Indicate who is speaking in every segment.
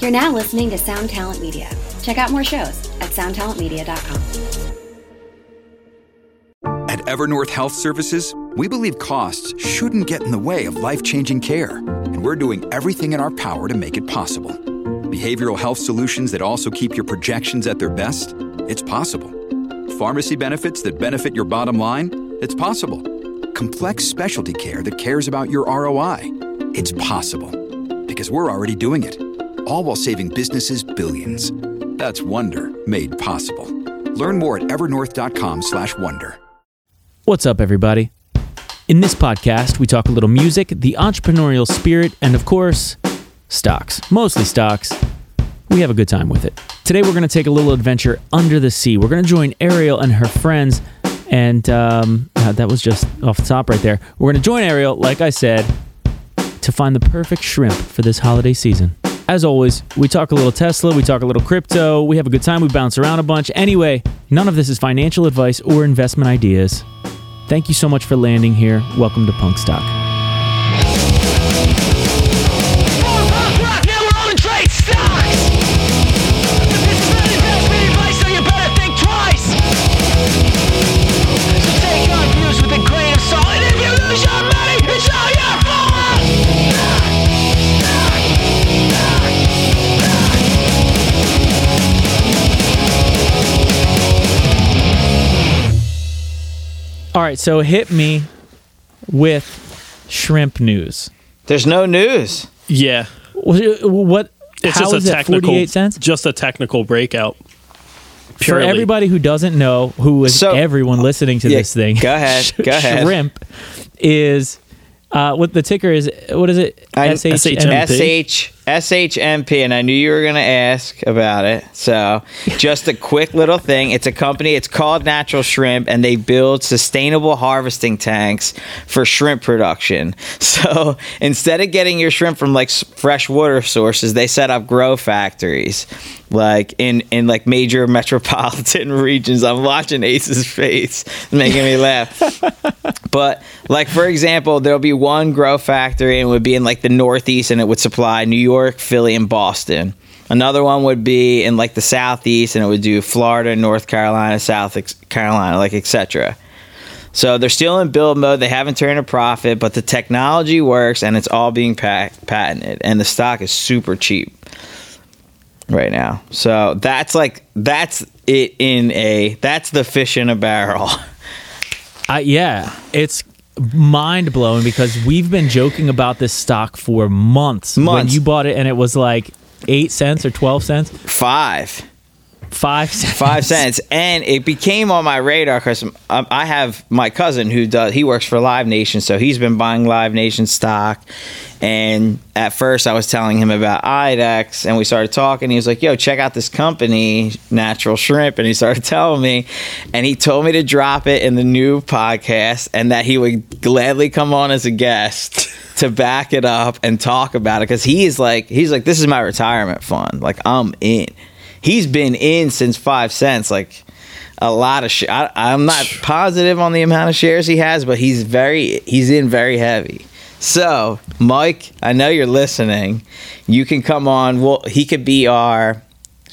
Speaker 1: You're now listening to Sound Talent Media. Check out more shows at soundtalentmedia.com.
Speaker 2: At Evernorth Health Services, we believe costs shouldn't get in the way of life changing care, and we're doing everything in our power to make it possible. Behavioral health solutions that also keep your projections at their best? It's possible. Pharmacy benefits that benefit your bottom line? It's possible. Complex specialty care that cares about your ROI? It's possible. Because we're already doing it, all while saving businesses billions. That's Wonder made possible. Learn more at evernorth.com/slash wonder.
Speaker 3: What's up, everybody? In this podcast, we talk a little music, the entrepreneurial spirit, and of course, stocks. Mostly stocks. We have a good time with it. Today, we're going to take a little adventure under the sea. We're going to join Ariel and her friends. And um, uh, that was just off the top right there. We're going to join Ariel, like I said, to find the perfect shrimp for this holiday season. As always, we talk a little Tesla, we talk a little crypto, we have a good time, we bounce around a bunch. Anyway, none of this is financial advice or investment ideas. Thank you so much for landing here. Welcome to Punk Stock.
Speaker 4: Now we're on to trade stocks. This is not investment advice, so you better think twice. So take our views with a grain of salt, and if you lose your money, it's all your fault.
Speaker 3: All right, so hit me with shrimp news.
Speaker 5: There's no news.
Speaker 6: Yeah.
Speaker 3: What?
Speaker 6: It's
Speaker 3: how
Speaker 6: just
Speaker 3: is
Speaker 6: a
Speaker 3: that
Speaker 6: technical
Speaker 3: 48 cents?
Speaker 6: Just a technical breakout.
Speaker 3: For
Speaker 6: Purely.
Speaker 3: everybody who doesn't know, who is
Speaker 5: So-
Speaker 3: everyone listening to
Speaker 5: Yeah,
Speaker 3: this thing?
Speaker 5: go ahead,
Speaker 3: sh-
Speaker 5: go ahead.
Speaker 3: Shrimp is uh, what the ticker is. What is it?
Speaker 5: I-
Speaker 3: SHM.
Speaker 5: SH SHMP, and I knew you were going to ask about it. So, just a quick little thing. It's a company. It's called Natural Shrimp, and they build sustainable harvesting tanks for shrimp production. So instead of getting your shrimp from like s- fresh water sources, they set up grow factories, like in in like major metropolitan regions. I'm watching Ace's face, it's making me laugh. But like for example, there'll be one grow factory and it would be in like the northeast and it would supply New York, Philly, and Boston. Another one would be in like the southeast and it would do Florida, North Carolina, South ex- Carolina, like etc. So they're still in build mode. They haven't turned a profit, but the technology works and it's all being pat- patented and the stock is super cheap right now. So that's like that's it in a that's the fish in a barrel.
Speaker 3: I, Uh, yeah, it's mind blowing because we've been joking about this stock for months. When
Speaker 5: Months.
Speaker 3: you bought it, and it was like eight cents or twelve cents,
Speaker 5: Five.
Speaker 3: five cents.
Speaker 5: five cents and it became on my radar because i have my cousin who does he works for live nation so he's been buying live nation stock and at first i was telling him about idex and we started talking he was like yo check out this company natural shrimp and he started telling me and he told me to drop it in the new podcast and that he would gladly come on as a guest to back it up and talk about it because he is like he's like this is my retirement fund like i'm in he's been in since five cents like a lot of shit i'm not positive on the amount of shares he has but he's very he's in very heavy so mike i know you're listening you can come on well he could be our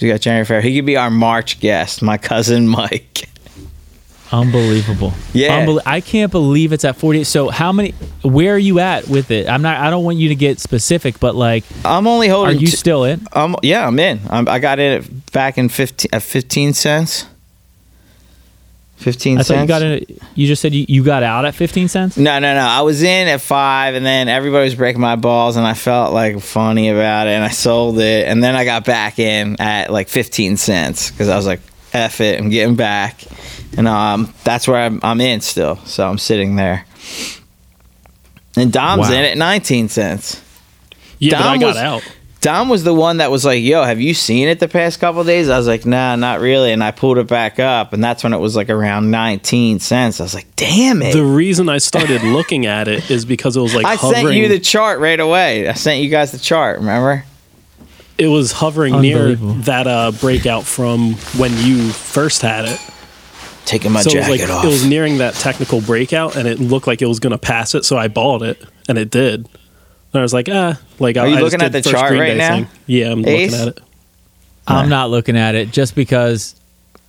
Speaker 5: we got January Fair. He could be our March guest, my cousin Mike.
Speaker 3: Unbelievable.
Speaker 5: Yeah.
Speaker 3: Unbel- I can't believe it's at 48. So how many where are you at with it? I'm not I don't want you to get specific, but like
Speaker 5: I'm only
Speaker 3: are
Speaker 5: holding.
Speaker 3: you
Speaker 5: two-
Speaker 3: still in?
Speaker 5: um, yeah, I'm in. I'm, I got in at, back in fifteen at fifteen cents. Fifteen
Speaker 3: I
Speaker 5: cents.
Speaker 3: thought you got in you just said you, you got out at 15 cents?
Speaker 5: No, no, no. I was in at five, and then everybody was breaking my balls, and I felt like funny about it, and I sold it, and then I got back in at like fifteen cents because I was like, "F it, I'm getting back," and um, that's where I'm, I'm in still. So I'm sitting there, and Dom's
Speaker 3: Wow.
Speaker 5: in at nineteen cents.
Speaker 6: yeah, but I
Speaker 5: Dom
Speaker 6: got
Speaker 5: was-
Speaker 6: out.
Speaker 5: Dom was the one that was like, "Yo, have you seen it the past couple days?" I was like, "Nah, not really," and I pulled it back up, and that's when it was like around nineteen cents. I was like, "Damn it!"
Speaker 6: The reason I started looking at it is because it was like
Speaker 5: I
Speaker 6: hovering.
Speaker 5: sent you the chart right away. I sent you guys the chart. Remember?
Speaker 6: it was hovering near
Speaker 3: Unbelievable.
Speaker 6: that uh, breakout from when you first had it.
Speaker 5: Taking my
Speaker 6: so it was
Speaker 5: jacket
Speaker 6: like
Speaker 5: off.
Speaker 6: it was nearing that technical breakout, and it looked like it was going to pass it. So I bought it, and it did. And I was like, ah, like I,
Speaker 5: Are you
Speaker 6: I just
Speaker 5: looking at
Speaker 6: did
Speaker 5: the
Speaker 6: first
Speaker 5: chart
Speaker 6: Green
Speaker 5: right
Speaker 6: Day
Speaker 5: now?
Speaker 6: thing. Yeah, I'm
Speaker 5: Ace?
Speaker 6: looking at it.
Speaker 3: I'm not looking at it just because.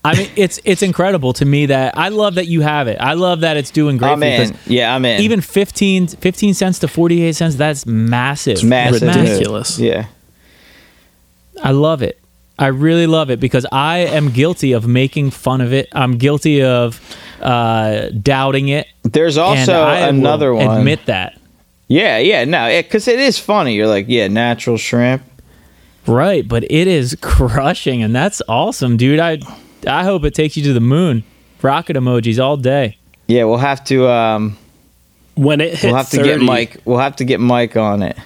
Speaker 3: I mean, it's it's incredible to me that I love that you have it. I love that it's doing great.
Speaker 5: I'm
Speaker 3: for you, 'cause
Speaker 5: in. Yeah, I'm in.
Speaker 3: Even 15, 15 cents to 48 cents, that's massive.
Speaker 5: it's massive. dude.
Speaker 6: ridiculous.
Speaker 5: Yeah.
Speaker 3: I love it. I really love it because I am guilty of making fun of it. I'm guilty of uh, doubting it.
Speaker 5: There's
Speaker 3: and
Speaker 5: also
Speaker 3: I will
Speaker 5: another one.
Speaker 3: Admit that.
Speaker 5: yeah, yeah, no, because it is funny. You're like, yeah, natural shrimp.
Speaker 3: Right, but it is crushing and that's awesome, dude. I I hope it takes you to the moon. Rocket emojis all day.
Speaker 5: Yeah, we'll have to um,
Speaker 6: When it hit
Speaker 5: we'll have to
Speaker 6: 30,
Speaker 5: get Mike. We'll have to get Mike on it.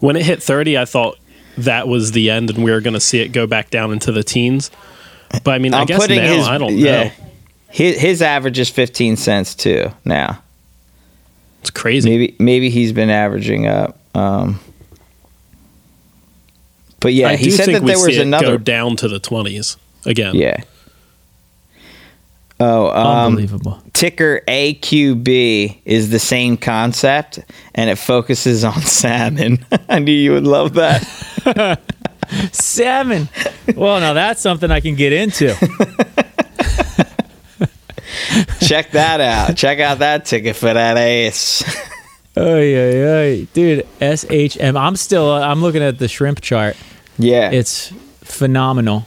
Speaker 6: When it hit 30, I thought that was the end and we were going to see it go back down into the teens. But I mean, i
Speaker 5: I'm
Speaker 6: guess
Speaker 5: putting
Speaker 6: now
Speaker 5: his.
Speaker 6: I don't
Speaker 5: yeah,
Speaker 6: know.
Speaker 5: His his average is 15 cents too now.
Speaker 6: It's crazy.
Speaker 5: Maybe maybe he's been averaging up. Um, but yeah,
Speaker 6: I
Speaker 5: he
Speaker 6: do
Speaker 5: said
Speaker 6: think
Speaker 5: that
Speaker 6: we
Speaker 5: there was
Speaker 6: see it go
Speaker 5: another.
Speaker 6: down to the 20s again.
Speaker 5: Yeah. Oh, um,
Speaker 3: Unbelievable.
Speaker 5: ticker AQB is the same concept, and it focuses on salmon. I knew you would love that.
Speaker 3: Salmon. well, now that's something I can get into.
Speaker 5: Check that out. Check out that ticket for that ace.
Speaker 3: Oh yeah, yeah, dude. SHM. I'm still. I'm looking at the shrimp chart.
Speaker 5: Yeah,
Speaker 3: It's phenomenal,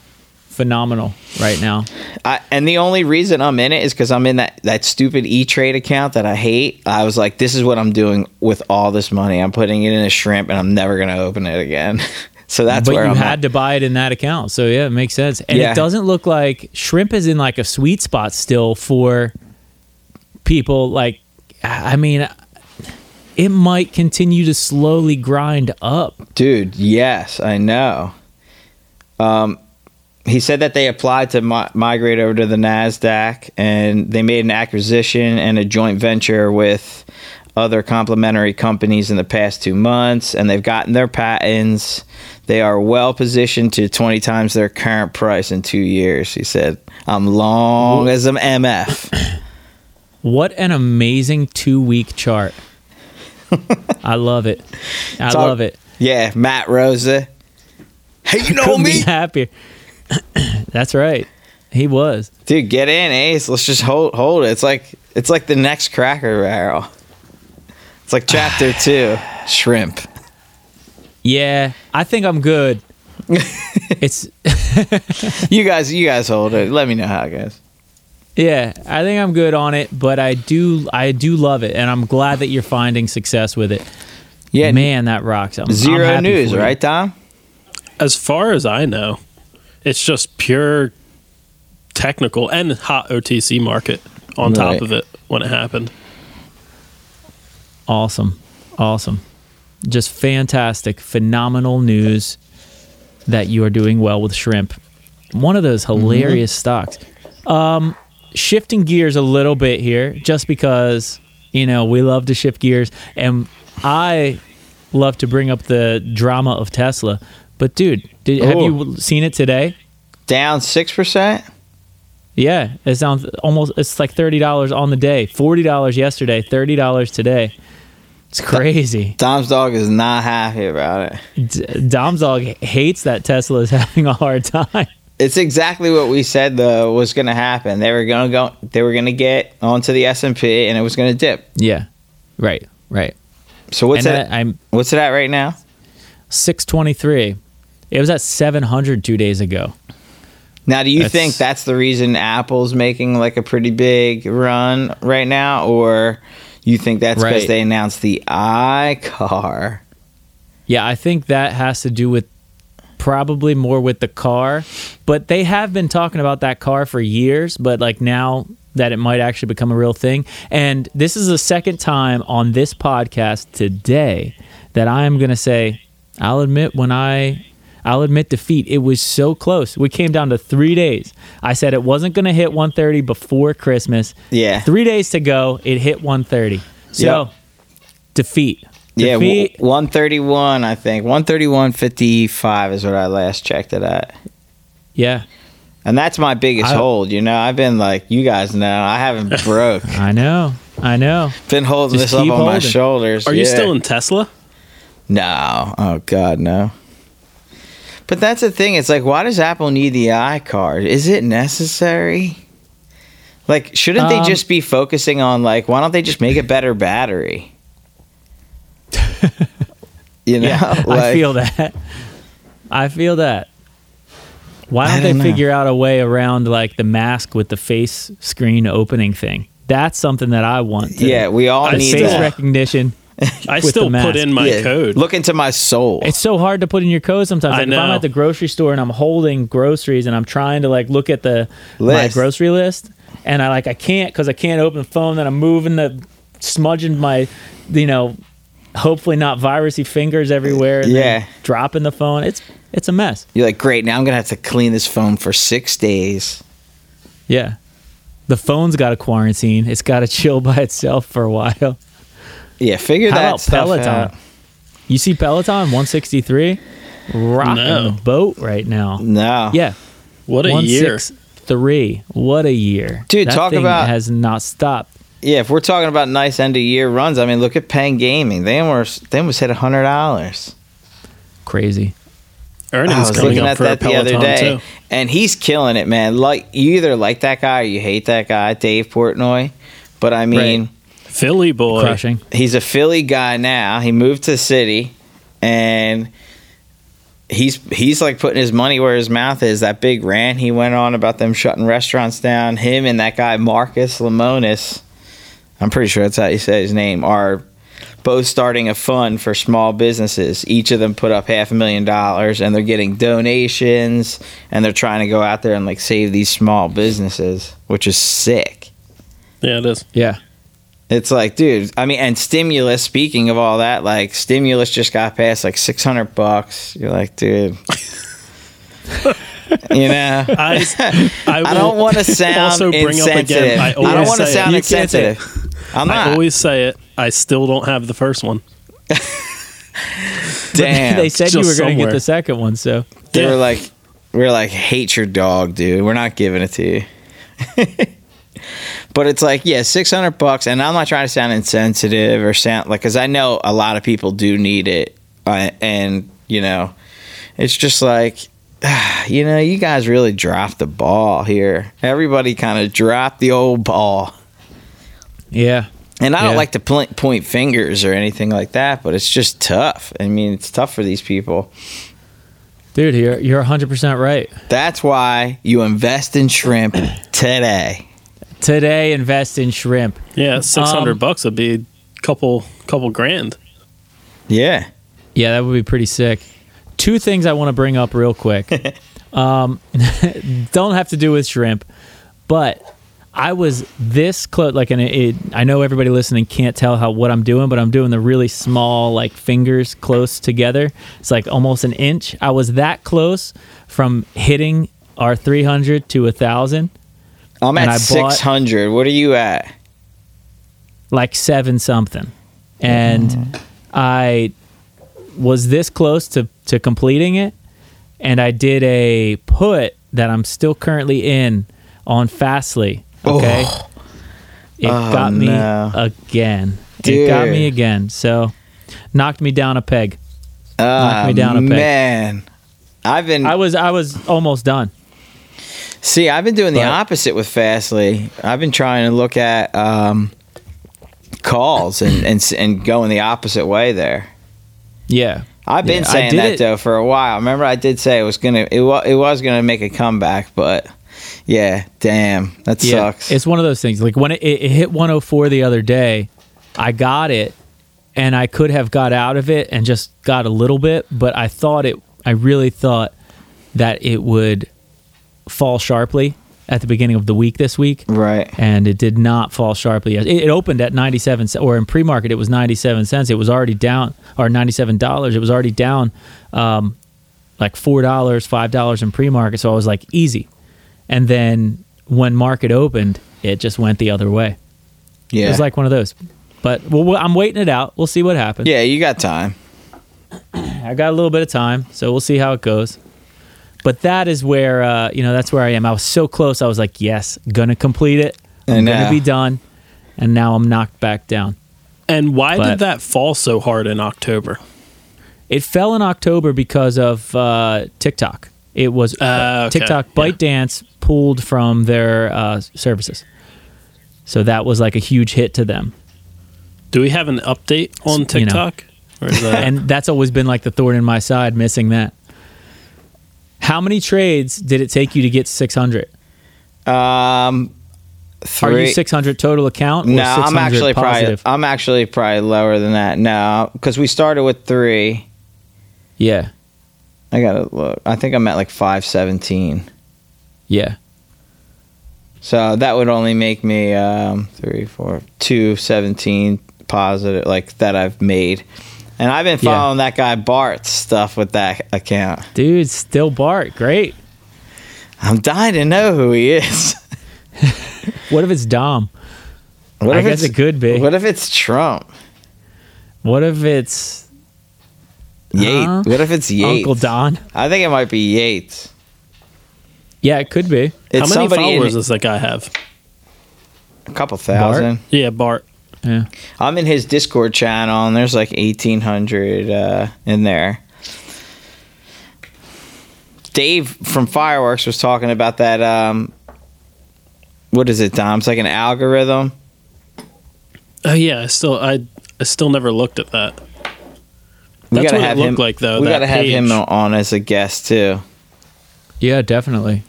Speaker 3: phenomenal right now.
Speaker 5: I, and the only reason I'm in it is because I'm in that that stupid E Trade account that I hate. I was like, this is what I'm doing with all this money. I'm putting it in a shrimp, and I'm never gonna open it again. so that's
Speaker 3: but
Speaker 5: where
Speaker 3: you
Speaker 5: I'm
Speaker 3: had
Speaker 5: at.
Speaker 3: to buy it in that account, so yeah, it makes sense. And
Speaker 5: Yeah.
Speaker 3: it doesn't look like shrimp is in like a sweet spot still for people. Like, I mean, it might continue to slowly grind up.
Speaker 5: Dude, yes, I know. Um, he said that they applied to mi- migrate over to the Nasdaq, and they made an acquisition and a joint venture with other complementary companies in the past two months, and they've gotten their patents. They are well positioned to twenty times their current price in two years. He said, "I'm long as I'm MF."
Speaker 3: What an amazing two week chart. I love it. I
Speaker 5: all-
Speaker 3: love it.
Speaker 5: yeah, Matt Rosa. Hey, you know
Speaker 3: couldn't be
Speaker 5: me,
Speaker 3: happier. That's right. He was.
Speaker 5: Dude, get in, Ace. Let's just hold hold it. It's like it's like the next Cracker Barrel. It's like chapter two, shrimp.
Speaker 3: Yeah, I think I'm good. it's
Speaker 5: You guys, you guys hold it. Let me know how it goes.
Speaker 3: yeah, I think I'm good on it, but I do I do love it and I'm glad that you're finding success with it.
Speaker 5: Yeah,
Speaker 3: Man, that rocks. I'm, I'm
Speaker 5: Zero
Speaker 3: happy
Speaker 5: news,
Speaker 3: for you.
Speaker 5: right, Tom?
Speaker 6: As far as I know, it's just pure technical and hot OTC market on
Speaker 5: Right.
Speaker 6: top of it when it happened.
Speaker 3: Awesome. Awesome. Just fantastic, phenomenal news that you are doing well with shrimp. One of those hilarious stocks. Um, shifting gears a little bit here, just because, you know, we love to shift gears. And I love to bring up the drama of Tesla. But, dude, did, have you seen it today?
Speaker 5: Down six percent.
Speaker 3: Yeah, it sounds almost. It's like thirty dollars on the day, forty dollars yesterday, thirty dollars today. It's crazy.
Speaker 5: Tom's dog is not happy about it.
Speaker 3: D- Dom's dog hates that Tesla is having a hard time.
Speaker 5: It's exactly what we said though was going to happen. They were going to go. They were going to get onto the S and P, and it was going to dip.
Speaker 3: Yeah, right, right.
Speaker 5: So what's
Speaker 3: and uh,
Speaker 5: it?
Speaker 3: that, I'm
Speaker 5: what's it at right now?
Speaker 3: six twenty three. It was at 700 two days ago.
Speaker 5: Now, do you
Speaker 3: That's-
Speaker 5: think that's the reason Apple's making like a pretty big run right now, or you think that's because
Speaker 3: Right.
Speaker 5: they announced the iCar?
Speaker 3: Yeah, I think that has to do with probably more with the car, but they have been talking about that car for years, but like now that it might actually become a real thing. And this is the second time on this podcast today that I am going to say I'll admit when I I'll admit defeat. It was so close. We came down to 3 days. I said it wasn't going to hit 130 before Christmas.
Speaker 5: Yeah.
Speaker 3: 3 days to go, it hit 130. So,
Speaker 5: Yep.
Speaker 3: defeat.
Speaker 5: Yeah, w-
Speaker 3: defeat.
Speaker 5: 131, I think. 131.55 is what I last checked it at.
Speaker 3: yeah.
Speaker 5: And that's my biggest
Speaker 3: I-
Speaker 5: hold, you know. I've been like, you guys know, I haven't broke.
Speaker 3: I know. I know.
Speaker 5: been holding
Speaker 3: Just
Speaker 5: this up on
Speaker 3: keep
Speaker 5: my
Speaker 3: holding.
Speaker 5: shoulders.
Speaker 6: Are you
Speaker 5: yeah.
Speaker 6: still in Tesla?
Speaker 5: No. Oh God, no. But that's the thing. It's like, why does Apple need the iCard? Is it necessary? Like, shouldn't
Speaker 3: Um,
Speaker 5: they just be focusing on like, why don't they just make a better battery? you know,
Speaker 3: I
Speaker 5: Like,
Speaker 3: feel that. I feel that. Why
Speaker 5: I
Speaker 3: don't they
Speaker 5: don't know.
Speaker 3: figure out a way around like the mask with the face screen opening thing? That's something that I want. To,
Speaker 5: Yeah, we all
Speaker 6: I
Speaker 5: need
Speaker 3: face
Speaker 6: still-
Speaker 5: that.
Speaker 3: recognition.
Speaker 6: I
Speaker 3: the
Speaker 6: still
Speaker 3: mask.
Speaker 6: put in my
Speaker 5: Yeah,
Speaker 6: code.
Speaker 5: Look into my soul.
Speaker 3: It's so hard to put in your code sometimes.
Speaker 6: I
Speaker 3: Like, If I'm
Speaker 6: know.
Speaker 3: at the grocery store and I'm holding groceries and I'm trying to like look at the my
Speaker 5: List.
Speaker 3: grocery list and I like I can't because I can't open the phone. Then I'm moving the smudging my, you know, hopefully not virusy fingers everywhere. And then
Speaker 5: Yeah.
Speaker 3: dropping the phone. It's it's a mess.
Speaker 5: You're like, great. Now I'm gonna have to clean this phone for six days.
Speaker 3: Yeah. The phone's got a quarantine. It's got to chill by itself for a while.
Speaker 5: Yeah, figure
Speaker 3: How
Speaker 5: that
Speaker 3: about
Speaker 5: stuff
Speaker 3: Peloton?
Speaker 5: out.
Speaker 3: You see Peloton 163 rocking
Speaker 6: No.
Speaker 3: the boat right now.
Speaker 5: No.
Speaker 3: Yeah.
Speaker 6: what a year.
Speaker 3: 163. What a year.
Speaker 5: Dude,
Speaker 3: That
Speaker 5: talk
Speaker 3: thing
Speaker 5: about-
Speaker 3: has not stopped.
Speaker 5: Yeah, if we're talking about nice end of year runs, I mean, look at Penn Gaming. They almost they almost hit hundred dollars.
Speaker 3: Crazy.
Speaker 5: I
Speaker 6: Earnings
Speaker 5: was
Speaker 6: coming
Speaker 5: looking
Speaker 6: up
Speaker 5: at
Speaker 6: for
Speaker 5: that the
Speaker 6: Peloton
Speaker 5: other day,
Speaker 6: too.
Speaker 5: and he's killing it, man. Like you either like that guy or you hate that guy, Dave Portnoy. But I mean,
Speaker 6: Philly boy.
Speaker 3: Crushing.
Speaker 5: he's a Philly guy now. He moved to the city, and he's he's like putting his money where his mouth is. That big rant he went on about them shutting restaurants down. Him and that guy Marcus Lemonis, I'm pretty sure that's how you say his name, are both starting a fund for small businesses. Each of them put up half a million dollars, and they're getting donations, and they're trying to go out there and like save these small businesses, which is sick.
Speaker 6: Yeah, it is.
Speaker 3: Yeah.
Speaker 5: It's like, dude, I mean, and stimulus, speaking of all that, like stimulus just got passed like 600 bucks. You're like, dude. you know,
Speaker 6: I, I,
Speaker 5: I don't
Speaker 6: will
Speaker 5: want to sound
Speaker 6: also bring up
Speaker 5: insensitive.
Speaker 6: again. I,
Speaker 5: I,
Speaker 6: always
Speaker 5: don't want to
Speaker 6: say it.
Speaker 5: sound
Speaker 6: You can't say it.
Speaker 5: insensitive. I'm not.
Speaker 6: I always say it. I still don't have the first one.
Speaker 5: damn.
Speaker 3: they said you
Speaker 6: just
Speaker 3: were going to get
Speaker 6: somewhere.
Speaker 3: the second one, so
Speaker 5: They
Speaker 6: Yeah.
Speaker 5: were like, we were like, hate your dog, dude. We're not giving it to you. but it's like, yeah, six hundred bucks, and I'm not trying to sound insensitive or sound like, because I know a lot of people do need it, uh, and you know, it's just like. You know, you guys really dropped the ball here. Everybody kind of dropped the old ball.
Speaker 3: yeah.
Speaker 5: And I
Speaker 3: Yeah.
Speaker 5: don't like to pl- point fingers or anything like that, but it's just tough. I mean, it's tough for these people.
Speaker 3: Dude, you're you're 100% right.
Speaker 5: That's why you invest in shrimp today.
Speaker 3: Today invest in shrimp.
Speaker 6: Yeah, six hundred
Speaker 3: Um,
Speaker 6: bucks would be a couple couple grand.
Speaker 5: Yeah.
Speaker 3: Yeah, that would be pretty sick. Two things I want to bring up real quick. um, don't have to do with shrimp, but I was this close. Like, and it, it, I know everybody listening can't tell how what I'm doing, but I'm doing the really small, like fingers close together. It's like almost an inch. I was that close from hitting our 300 to a thousand,
Speaker 5: I'm
Speaker 3: And I
Speaker 5: at
Speaker 3: bought-
Speaker 5: 600. What are you at?
Speaker 3: like seven something, and I was this close to to completing it. and I did a put that I'm still currently in on Fastly. Okay. It got me
Speaker 5: Oh. no.
Speaker 3: again. It got me
Speaker 5: Dude.
Speaker 3: again. So knocked me down a peg.
Speaker 5: Knock
Speaker 3: me down a peg.
Speaker 5: Uh, Man. I've been
Speaker 3: I was I was almost done.
Speaker 5: see. I've been doing the
Speaker 3: But-
Speaker 5: opposite with Fastly. I've been trying to look at um, calls and, and s- and going the opposite way there.
Speaker 3: Yeah.
Speaker 5: I've been
Speaker 3: Yeah, I
Speaker 5: saying
Speaker 3: did
Speaker 5: that
Speaker 3: it-
Speaker 5: though for a while. Remember, I did say it was gonna it was, it was gonna make a comeback, but yeah, damn, that sucks.
Speaker 3: It's one of those things. Like when it, it, it hit 104 the other day, I got it and I could have got out of it and just got a little bit, but I thought it, I really thought that it would fall sharply at the beginning of the week this week.
Speaker 5: right.
Speaker 3: And it did not fall sharply. It, it opened at 97 cents, or in pre market, it was 97 cents. It was already down, or $97. It was already down um, like $4, $5 in pre market. So I was like, easy. And then when market opened, it just went the other way.
Speaker 5: Yeah.
Speaker 3: It was like one of those. But well, well, I'm waiting it out. We'll see what happens.
Speaker 5: yeah, you got time.
Speaker 3: I got a little bit of time, so we'll see how it goes. But that is where uh, you know that's where I am. I was so close. I was like, yes, gonna complete it.
Speaker 5: I
Speaker 3: I'm gonna
Speaker 5: know.
Speaker 3: be done. And now I'm knocked back down.
Speaker 6: And why
Speaker 3: But-
Speaker 6: did that fall so hard in October?
Speaker 3: It fell in October because of uh, TikTok. It was
Speaker 6: Uh, okay,
Speaker 3: TikTok
Speaker 6: yeah.
Speaker 3: ByteDance pulled from their uh, services. So that was like a huge hit to them.
Speaker 6: Do we have an update
Speaker 3: You
Speaker 6: on
Speaker 3: know.
Speaker 6: TikTok? Or is that-
Speaker 3: and that's always been like the thorn in my side missing that how many trades did it take you to get 600
Speaker 5: Um,
Speaker 3: are you
Speaker 5: three.
Speaker 3: 600 total account or
Speaker 5: No,
Speaker 3: 600
Speaker 5: I'm actually
Speaker 3: positive
Speaker 5: probably I'm actually probably lower than that. No, because we started with three.
Speaker 3: yeah
Speaker 5: I gotta look. I think I'm at like five seventeen.
Speaker 3: yeah
Speaker 5: So that would only make me um, three, four, two, seventeen positive, like that I've made. And I've been
Speaker 3: Yeah.
Speaker 5: following that guy Bart's stuff with that account.
Speaker 3: dude still bart great
Speaker 5: I'm dying to know who he is.
Speaker 3: what if it's dom
Speaker 5: What
Speaker 3: I guess it could be.
Speaker 5: What if it's Trump?
Speaker 3: what if it's
Speaker 5: Yates.
Speaker 3: Huh?
Speaker 5: What if it's Yates?
Speaker 3: uncle don
Speaker 5: I think it might be Yates.
Speaker 3: yeah it could be
Speaker 5: It's
Speaker 6: how many
Speaker 5: somebody in-
Speaker 6: followers does that guy have?
Speaker 5: a couple thousand.
Speaker 6: Yeah, Bart.
Speaker 3: yeah
Speaker 5: I'm in his Discord channel, and there's like 1,800 uh, in there. Dave from Fireworks was talking about that. Um, what is it, Dom? It's like an algorithm.
Speaker 6: Oh yeah, I still I I still never looked at that.
Speaker 5: We
Speaker 6: That's
Speaker 5: gotta
Speaker 6: what it
Speaker 5: have
Speaker 6: looked
Speaker 5: him,
Speaker 6: like though.
Speaker 5: We
Speaker 6: Oh, that
Speaker 5: gotta have him
Speaker 6: page.
Speaker 5: on as a guest too.
Speaker 3: yeah definitely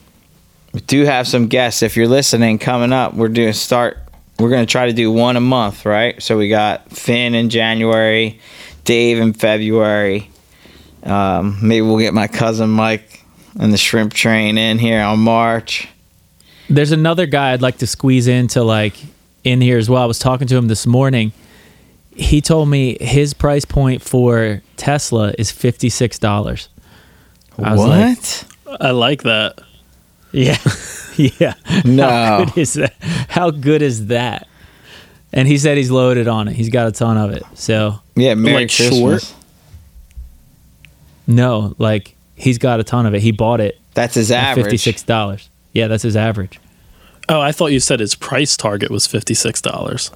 Speaker 5: We do have some guests. If you're listening, coming up, we're doing start. We're gonna try to do one a month, right? So we got Finn in January, Dave in February. Um, maybe we'll get my cousin Mike and the Shrimp Train in here on March.
Speaker 3: there's another guy I'd like to squeeze into like in here as well. I was talking to him this morning. He told me his price point for Tesla is fifty six dollars. was like-
Speaker 6: I like that.
Speaker 3: Yeah, yeah. How
Speaker 5: no,
Speaker 3: good is that? How good is that? And he said he's loaded on it. He's got a ton of it. So
Speaker 5: yeah, Merry
Speaker 6: Like short?
Speaker 5: Christmas.
Speaker 3: no, like he's got a ton of it. He bought it
Speaker 5: That's his
Speaker 3: at
Speaker 5: average.
Speaker 3: fifty six dollars. Yeah, that's his average.
Speaker 6: Oh, I thought you said his price target was fifty six dollars.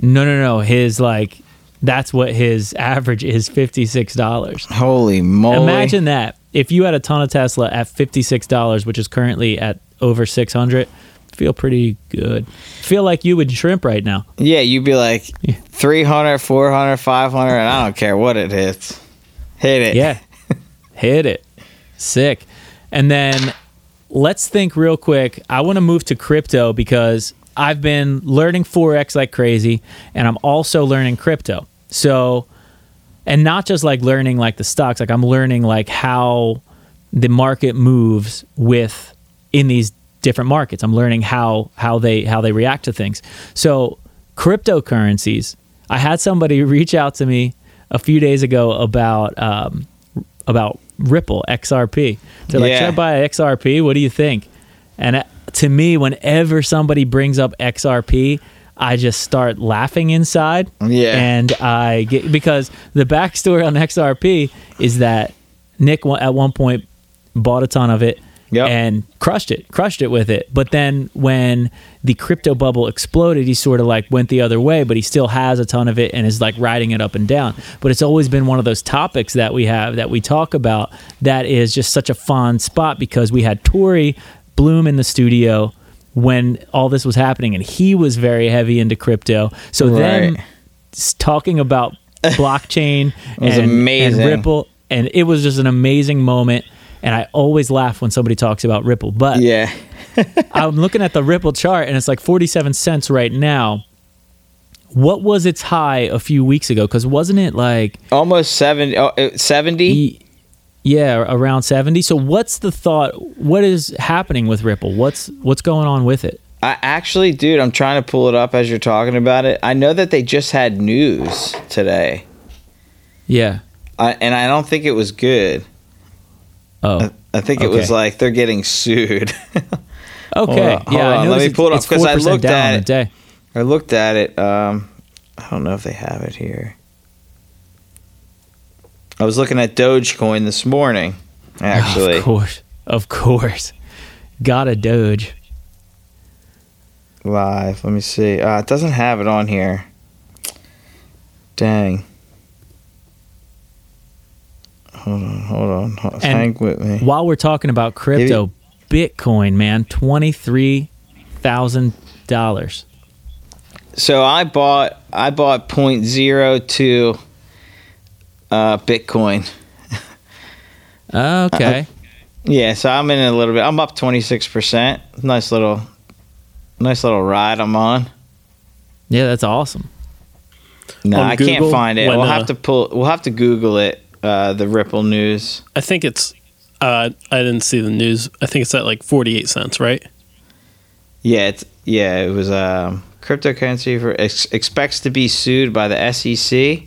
Speaker 3: No, no, no. His like that's what his average is fifty six dollars.
Speaker 5: Holy moly!
Speaker 3: Imagine that if you had a ton of Tesla at fifty six dollars, which is currently at over six hundred, feel pretty good. Feel like you would shrimp right now.
Speaker 5: Yeah, you'd be like 300, 400, 500, and I don't care what it hits. Hit it.
Speaker 3: Yeah, hit it, sick. And then let's think real quick. I want to move to crypto because I've been learning forex like crazy, and I'm also learning crypto. So, and not just like learning like the stocks. Like I'm learning like how the market moves with in these different markets. I'm learning how how they how they react to things. So cryptocurrencies. I had somebody reach out to me a few days ago about um, about Ripple XRP. They're like,
Speaker 5: Yeah.
Speaker 3: should I buy XRP? What do you think? And uh, to me, whenever somebody brings up XRP, I just start laughing inside.
Speaker 5: Yeah.
Speaker 3: And I get because the backstory on XRP is that Nick wa- at one point bought a ton of it
Speaker 5: Yep.
Speaker 3: and crushed it, crushed it with it. But then when the crypto bubble exploded, he sort of like went the other way, but he still has a ton of it and is like riding it up and down. But it's always been one of those topics that we have that we talk about that is just such a fond spot because we had Tori Bloom in the studio when all this was happening and he was very heavy into crypto. So
Speaker 5: Right.
Speaker 3: then s- talking about blockchain
Speaker 5: was
Speaker 3: and,
Speaker 5: amazing.
Speaker 3: and Ripple, and it was just an amazing moment. And I always laugh when somebody talks about Ripple, but
Speaker 5: Yeah.
Speaker 3: I'm looking at the Ripple chart and it's like 47 cents right now. What was its high a few weeks ago? Because wasn't it like
Speaker 5: Almost 70. Oh, uh, 70?
Speaker 3: e- yeah around 70? So what's the thought? What is happening with Ripple? What's what's going on with it?
Speaker 5: I actually, dude, I'm trying to pull it up as you're talking about it. I know that they just had news today,
Speaker 3: Yeah.
Speaker 5: I, and I don't think it was good.
Speaker 3: Oh.
Speaker 5: I think it was
Speaker 3: Okay.
Speaker 5: like they're getting sued.
Speaker 3: Okay.
Speaker 5: on, hold
Speaker 3: yeah. I
Speaker 5: on, let
Speaker 3: noticed
Speaker 5: me
Speaker 3: it's-
Speaker 5: pull it up
Speaker 3: it's
Speaker 5: 'cause I
Speaker 3: 4%
Speaker 5: looked
Speaker 3: down
Speaker 5: at
Speaker 3: on
Speaker 5: it.
Speaker 3: the day.
Speaker 5: I looked at it. Um, I don't know if they have it here. I was looking at Dogecoin this morning, actually.
Speaker 3: Of course. Of course. Gotta doge.
Speaker 5: Live. Let me see. Uh, it doesn't have it on here. Dang. Hold on, hold on.
Speaker 3: And
Speaker 5: hang with me.
Speaker 3: While we're talking about crypto, Bitcoin, man, twenty three thousand dollars.
Speaker 5: So I bought I bought point zero two uh, Bitcoin.
Speaker 3: Okay,
Speaker 5: Yeah, so I'm in a little bit. I'm up twenty six percent. Nice little, nice little ride I'm on.
Speaker 3: yeah, that's awesome.
Speaker 5: No,
Speaker 6: On
Speaker 5: I
Speaker 6: Google,
Speaker 5: can't find it.
Speaker 6: when,
Speaker 5: we'll
Speaker 6: uh,
Speaker 5: have to pull. We'll have to Google it. Uh, the Ripple news.
Speaker 6: I think it's. Uh, I didn't see the news. I think it's at like forty-eight cents, right?
Speaker 5: Yeah, it's, yeah, it was um, cryptocurrency for ex- expects to be sued by the E SEC.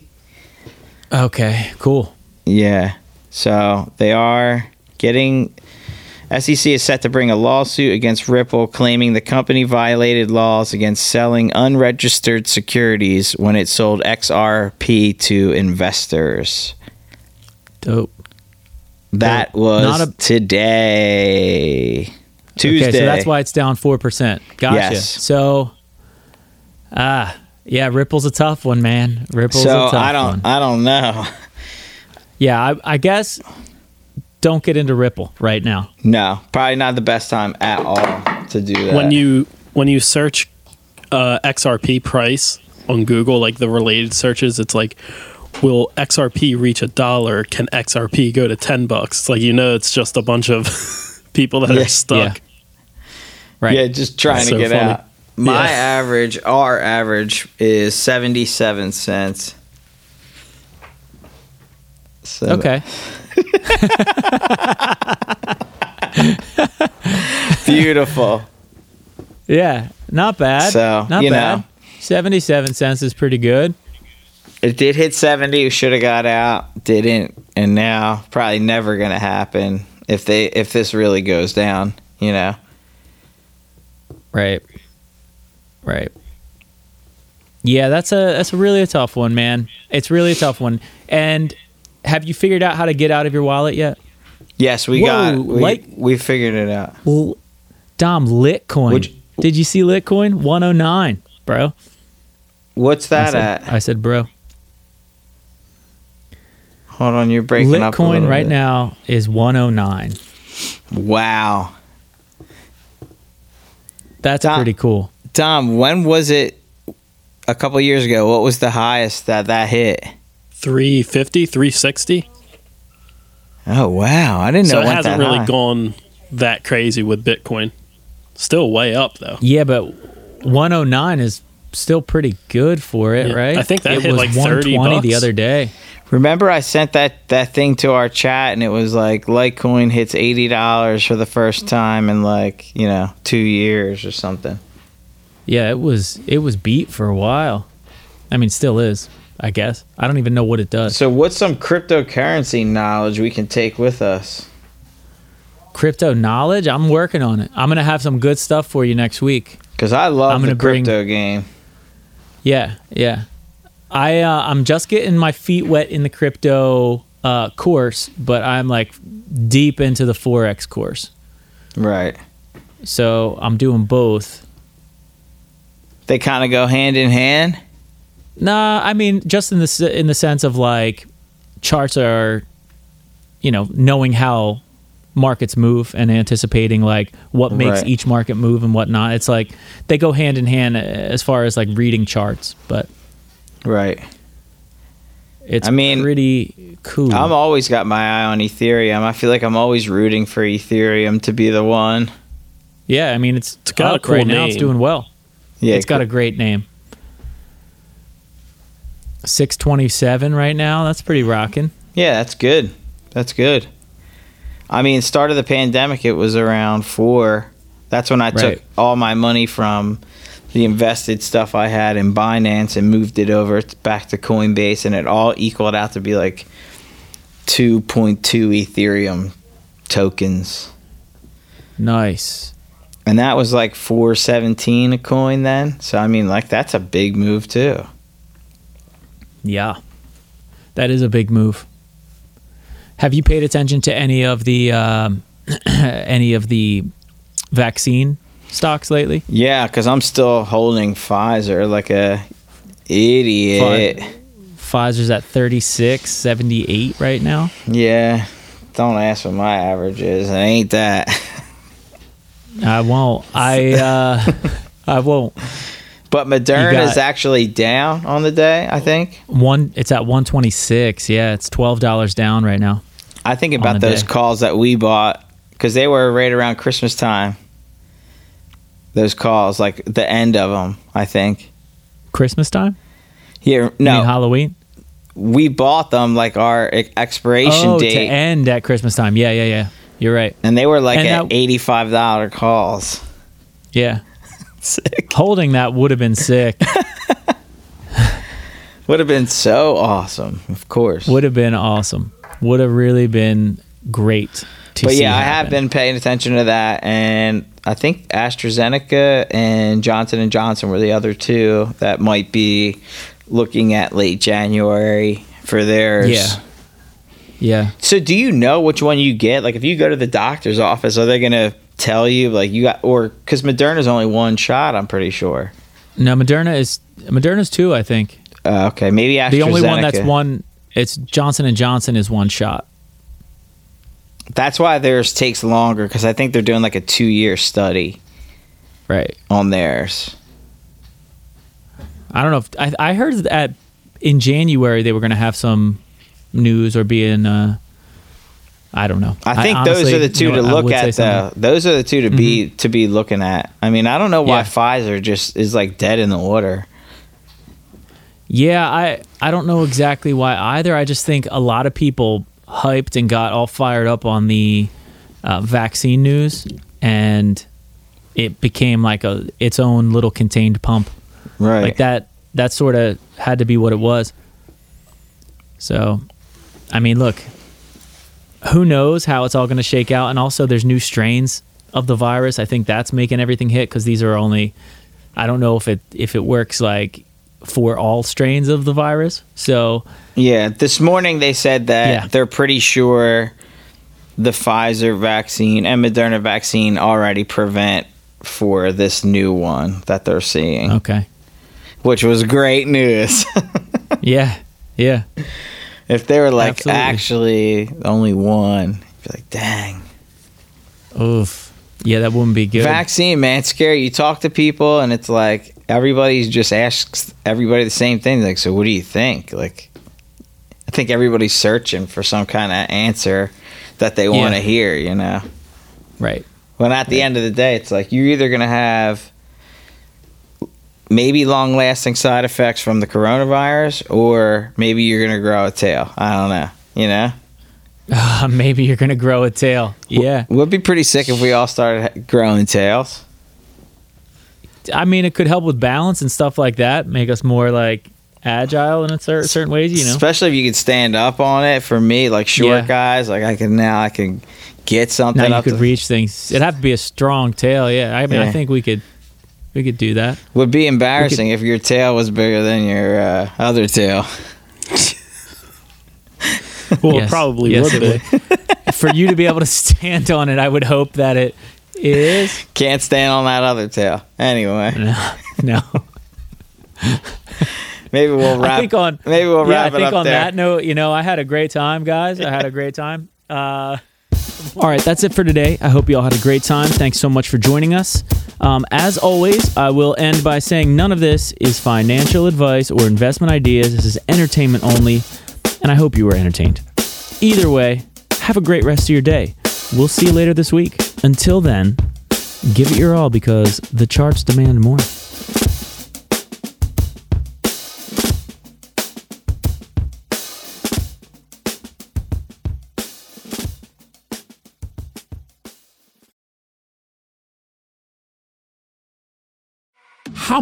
Speaker 3: Okay, cool.
Speaker 5: Yeah, so they are getting. SEC is set to bring a lawsuit against Ripple, claiming the company violated laws against selling unregistered securities when it sold XRP to investors.
Speaker 3: Dope.
Speaker 5: That
Speaker 3: Oh,
Speaker 5: was
Speaker 3: not a-
Speaker 5: today, Tuesday.
Speaker 3: Okay, so that's why it's down four percent. Gotcha.
Speaker 5: Yes.
Speaker 3: So, ah, yeah, Ripple's a tough one, man. Ripple's
Speaker 5: So
Speaker 3: a tough
Speaker 5: I don't.
Speaker 3: one.
Speaker 5: I don't know.
Speaker 3: yeah, I, I guess don't get into Ripple right now.
Speaker 5: No, probably not the best time at all to do that.
Speaker 6: when you when you search uh, XRP price on Google, like the related searches, it's like, will XRP reach a dollar? Can XRP go to ten bucks? It's like you know, it's just a bunch of people that
Speaker 5: Yeah.
Speaker 6: are stuck.
Speaker 3: Right.
Speaker 5: yeah, just trying
Speaker 6: That's
Speaker 5: to
Speaker 6: so
Speaker 5: get
Speaker 6: funny.
Speaker 5: out. My
Speaker 6: Yeah.
Speaker 5: average, our average, is seventy-seven cents. So
Speaker 3: Okay.
Speaker 5: beautiful.
Speaker 3: Yeah, not bad.
Speaker 5: So,
Speaker 3: not
Speaker 5: you
Speaker 3: bad.
Speaker 5: know.
Speaker 3: Seventy-seven cents is pretty good.
Speaker 5: it did hit seventy. We should have got out. Didn't, and now probably never gonna happen if they if this really goes down. You know.
Speaker 3: Right. Right. Yeah, that's a that's a really a tough one, man. It's really a tough one. And have you figured out how to get out of your wallet yet?
Speaker 5: Yes, we
Speaker 3: Whoa,
Speaker 5: got. We,
Speaker 3: like-
Speaker 5: we figured it out.
Speaker 3: Well, Dom Litcoin.
Speaker 5: Would you-
Speaker 3: Did you see Litcoin? 109, bro.
Speaker 5: What's
Speaker 3: I
Speaker 5: that uh,
Speaker 3: said,
Speaker 5: at?
Speaker 3: I said, bro.
Speaker 5: Hold on, you're breaking up. a
Speaker 3: Litcoin
Speaker 5: little
Speaker 3: right
Speaker 5: bit.
Speaker 3: now is 109.
Speaker 5: Wow,
Speaker 3: That's
Speaker 5: Dom-
Speaker 3: pretty cool.
Speaker 5: Dom. When was it? A couple years ago. What was the highest that that hit?
Speaker 6: 350 360
Speaker 5: Oh wow, I didn't
Speaker 6: so
Speaker 5: know.
Speaker 6: it
Speaker 5: went
Speaker 6: hasn't
Speaker 5: that
Speaker 6: really
Speaker 5: high.
Speaker 6: gone that crazy with bitcoin still way up though
Speaker 3: Yeah, but 109 is still pretty good for it,
Speaker 6: Yeah.
Speaker 3: right?
Speaker 6: I think that
Speaker 3: it
Speaker 6: hit
Speaker 3: was
Speaker 6: like 30
Speaker 3: 120 the
Speaker 6: bucks.
Speaker 3: other day.
Speaker 5: Remember, I sent that that thing to our chat, and it was like Litecoin hits eighty dollars for the first time in like you know two years or something.
Speaker 3: Yeah, it was it was beat for a while. I mean, still is, I guess. I don't even know what it does.
Speaker 5: So, what's some cryptocurrency knowledge we can take with us?
Speaker 3: Crypto knowledge, I'm working on it. I'm going to have some good stuff for you next week.
Speaker 5: Because I
Speaker 3: I'm
Speaker 5: love
Speaker 3: gonna
Speaker 5: the
Speaker 3: bring-
Speaker 5: crypto game.
Speaker 3: Yeah, yeah. I uh, I'm just getting my feet wet in the crypto uh, course, but I'm like deep into the forex course.
Speaker 5: Right.
Speaker 3: So I'm doing both.
Speaker 5: They kind of go hand in hand.
Speaker 3: Nah, I mean just in the s- in the sense of like charts are, you know, knowing how markets move and anticipating like what makes
Speaker 5: Right.
Speaker 3: each market move and whatnot. It's like they go hand in hand uh, as far as like reading charts, but
Speaker 5: Right.
Speaker 3: it's
Speaker 5: I mean,
Speaker 3: pretty cool.
Speaker 5: I'm always got my eye on Ethereum. I feel like I'm always rooting for Ethereum to be the one.
Speaker 3: yeah, I mean it's,
Speaker 6: got a
Speaker 3: up right
Speaker 6: cool
Speaker 3: now. It's
Speaker 6: name.
Speaker 3: doing well.
Speaker 5: Yeah.
Speaker 3: it's got a great name. 627 right now. That's pretty rocking.
Speaker 5: Yeah, that's good. That's good. I mean, start of the pandemic, it was around four. That's when I
Speaker 3: Right.
Speaker 5: took all my money from the invested stuff I had in Binance and moved it over t- back to Coinbase, and it all equaled out to be like 2.2 Ethereum tokens.
Speaker 3: Nice.
Speaker 5: And that was like 417 a coin then. So, I mean, like, that's a big move, too.
Speaker 3: Yeah. That is a big move. Have you paid attention to any of the um, any of the vaccine stocks lately?
Speaker 5: Yeah, because I'm still holding Pfizer like a idiot.
Speaker 3: Pfizer's at 36, 78 right now.
Speaker 5: Yeah. Don't ask what my average is. It ain't that.
Speaker 3: I won't. I uh, I won't.
Speaker 5: But Moderna
Speaker 3: got-
Speaker 5: is actually down on the day, I think.
Speaker 3: One. It's at 126. Yeah, it's twelve dollars down right now.
Speaker 5: I think about
Speaker 3: the
Speaker 5: those
Speaker 3: day.
Speaker 5: calls that we bought because they were right around Christmas time. Those calls, like the end of them, I think.
Speaker 3: Christmas time.
Speaker 5: Yeah,
Speaker 3: I mean
Speaker 5: no,
Speaker 3: Halloween.
Speaker 5: we bought them like our e- expiration
Speaker 3: Oh, to
Speaker 5: date,
Speaker 3: end at Christmas time. Yeah, yeah, yeah. You're right.
Speaker 5: and they were like
Speaker 3: and
Speaker 5: at
Speaker 3: that-
Speaker 5: eighty-five dollar calls.
Speaker 3: Yeah. Sick. Holding that would have been sick.
Speaker 5: Would have been so awesome, of course.
Speaker 3: would have been awesome. Would have really been great. To
Speaker 5: but
Speaker 3: see
Speaker 5: yeah, I have
Speaker 3: happen.
Speaker 5: been paying attention to that, and I think AstraZeneca and Johnson and Johnson were the other two that might be looking at late January for theirs.
Speaker 3: Yeah. Yeah.
Speaker 5: So do you know which one you get? Like, if you go to the doctor's office, are they gonna tell you like you got or because Moderna's only one shot? I'm pretty sure.
Speaker 3: No, Moderna is Moderna's two, I think.
Speaker 5: Uh, okay, maybe AstraZeneca.
Speaker 3: The only one that's one. It's Johnson and Johnson is one shot.
Speaker 5: That's why theirs takes longer because I think they're doing like a two year study
Speaker 3: Right.
Speaker 5: on theirs.
Speaker 3: I don't know. If, I I heard that in January they were going to have some news or be in. Uh, I don't know.
Speaker 5: I think those
Speaker 3: honestly-
Speaker 5: are the two
Speaker 3: you know
Speaker 5: to
Speaker 3: what, I
Speaker 5: look
Speaker 3: would say
Speaker 5: at though.
Speaker 3: something. Mm-hmm.
Speaker 5: Those are the two to be to be looking at. I mean, I don't know why
Speaker 3: Yeah.
Speaker 5: Pfizer just is like dead in the water.
Speaker 3: Yeah, I I don't know exactly why either. I just think a lot of people hyped and got all fired up on the uh, vaccine news, and it became like a its own little contained pump.
Speaker 5: Right.
Speaker 3: like that that sort of had to be what it was so i mean look who knows how it's all going to shake out and also there's new strains of the virus i think that's making everything hit because these are only i don't know if it if it works like for all strains of the virus so
Speaker 5: Yeah, this morning they said that
Speaker 3: Yeah.
Speaker 5: they're pretty sure the Pfizer vaccine and Moderna vaccine already prevent for this new one that they're seeing,
Speaker 3: okay
Speaker 5: which was great news.
Speaker 3: yeah yeah
Speaker 5: if they were like
Speaker 3: Absolutely.
Speaker 5: actually only one, you'd be like, dang.
Speaker 3: oof yeah that wouldn't be good
Speaker 5: Vaccine, man, it's scary. You talk to people and it's like everybody's just asks everybody the same thing. Like, so what do you think? Like, I think everybody's searching for some kind of answer that they want to
Speaker 3: Yeah.
Speaker 5: hear, you know?
Speaker 3: right
Speaker 5: When at the end of the day, it's like you're either going to have maybe long lasting side effects from the coronavirus or maybe you're going to grow a tail. I don't know. You know?
Speaker 3: Uh, maybe you're gonna grow a tail yeah
Speaker 5: It would be pretty sick if we all started ha- growing tails.
Speaker 3: I mean, it could help with balance and stuff like that, make us more like agile in a cer- certain ways, you know.
Speaker 5: Especially if you could stand up on it. For me, like short
Speaker 3: Yeah.
Speaker 5: guys, like I can now I can get something
Speaker 3: Now you
Speaker 5: up
Speaker 3: could
Speaker 5: to-
Speaker 3: reach things. It'd have to be a strong tail, yeah. I mean, I
Speaker 5: Yeah.
Speaker 3: think we could we could do that.
Speaker 5: would be embarrassing if your tail was bigger than your uh, other tail.
Speaker 6: Well,
Speaker 3: Yes.
Speaker 6: it probably
Speaker 3: Yes,
Speaker 6: would
Speaker 3: it
Speaker 6: be.
Speaker 3: would. For you to be able to stand on it, I would hope that it is.
Speaker 5: Can't stand on that other tail. Anyway,
Speaker 3: No. No.
Speaker 5: maybe we'll wrap.
Speaker 3: I think on
Speaker 5: maybe we'll
Speaker 3: yeah,
Speaker 5: wrap
Speaker 3: I
Speaker 5: it
Speaker 3: think
Speaker 5: up
Speaker 3: on
Speaker 5: there.
Speaker 3: that note, you know, I had a great time, guys. I had a great time. Uh, all right, that's it for today. I hope you all had a great time. Thanks so much for joining us. Um, as always, I will end by saying none of this is financial advice or investment ideas. This is entertainment only, and I hope you were entertained. Either way, have a great rest of your day. We'll see you later this week. Until then, give it your all because the charts demand more.
Speaker 7: how